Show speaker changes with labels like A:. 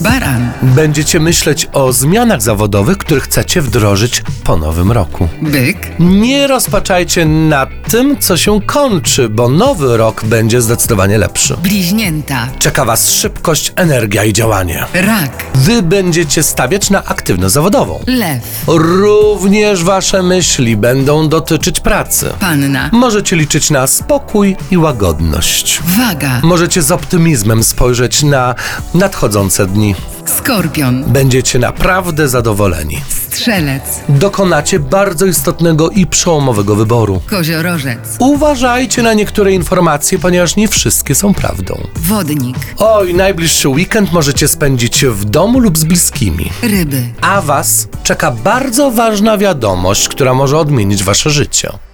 A: Baran,
B: Będziecie myśleć o zmianach zawodowych, które chcecie wdrożyć po nowym roku.
A: byk,
B: Nie rozpaczajcie nad tym, co się kończy, bo nowy rok będzie zdecydowanie lepszy.
A: bliźnięta,
B: Czeka Was szybkość, energia i działanie.
A: rak,
B: Wy będziecie stawiać na aktywność zawodową.
A: lew,
B: Również Wasze myśli będą dotyczyć pracy.
A: panna,
B: Możecie liczyć na spokój i łagodność.
A: waga,
B: Możecie z optymizmem spojrzeć na nadchodzące dni.
A: skorpion,
B: Będziecie naprawdę zadowoleni.
A: strzelec,
B: Dokonacie bardzo istotnego i przełomowego wyboru.
A: koziorożec,
B: Uważajcie na niektóre informacje, ponieważ nie wszystkie są prawdą.
A: wodnik,
B: Oj, najbliższy weekend możecie spędzić w domu lub z bliskimi.
A: ryby.
B: A Was czeka bardzo ważna wiadomość, która może odmienić Wasze życie.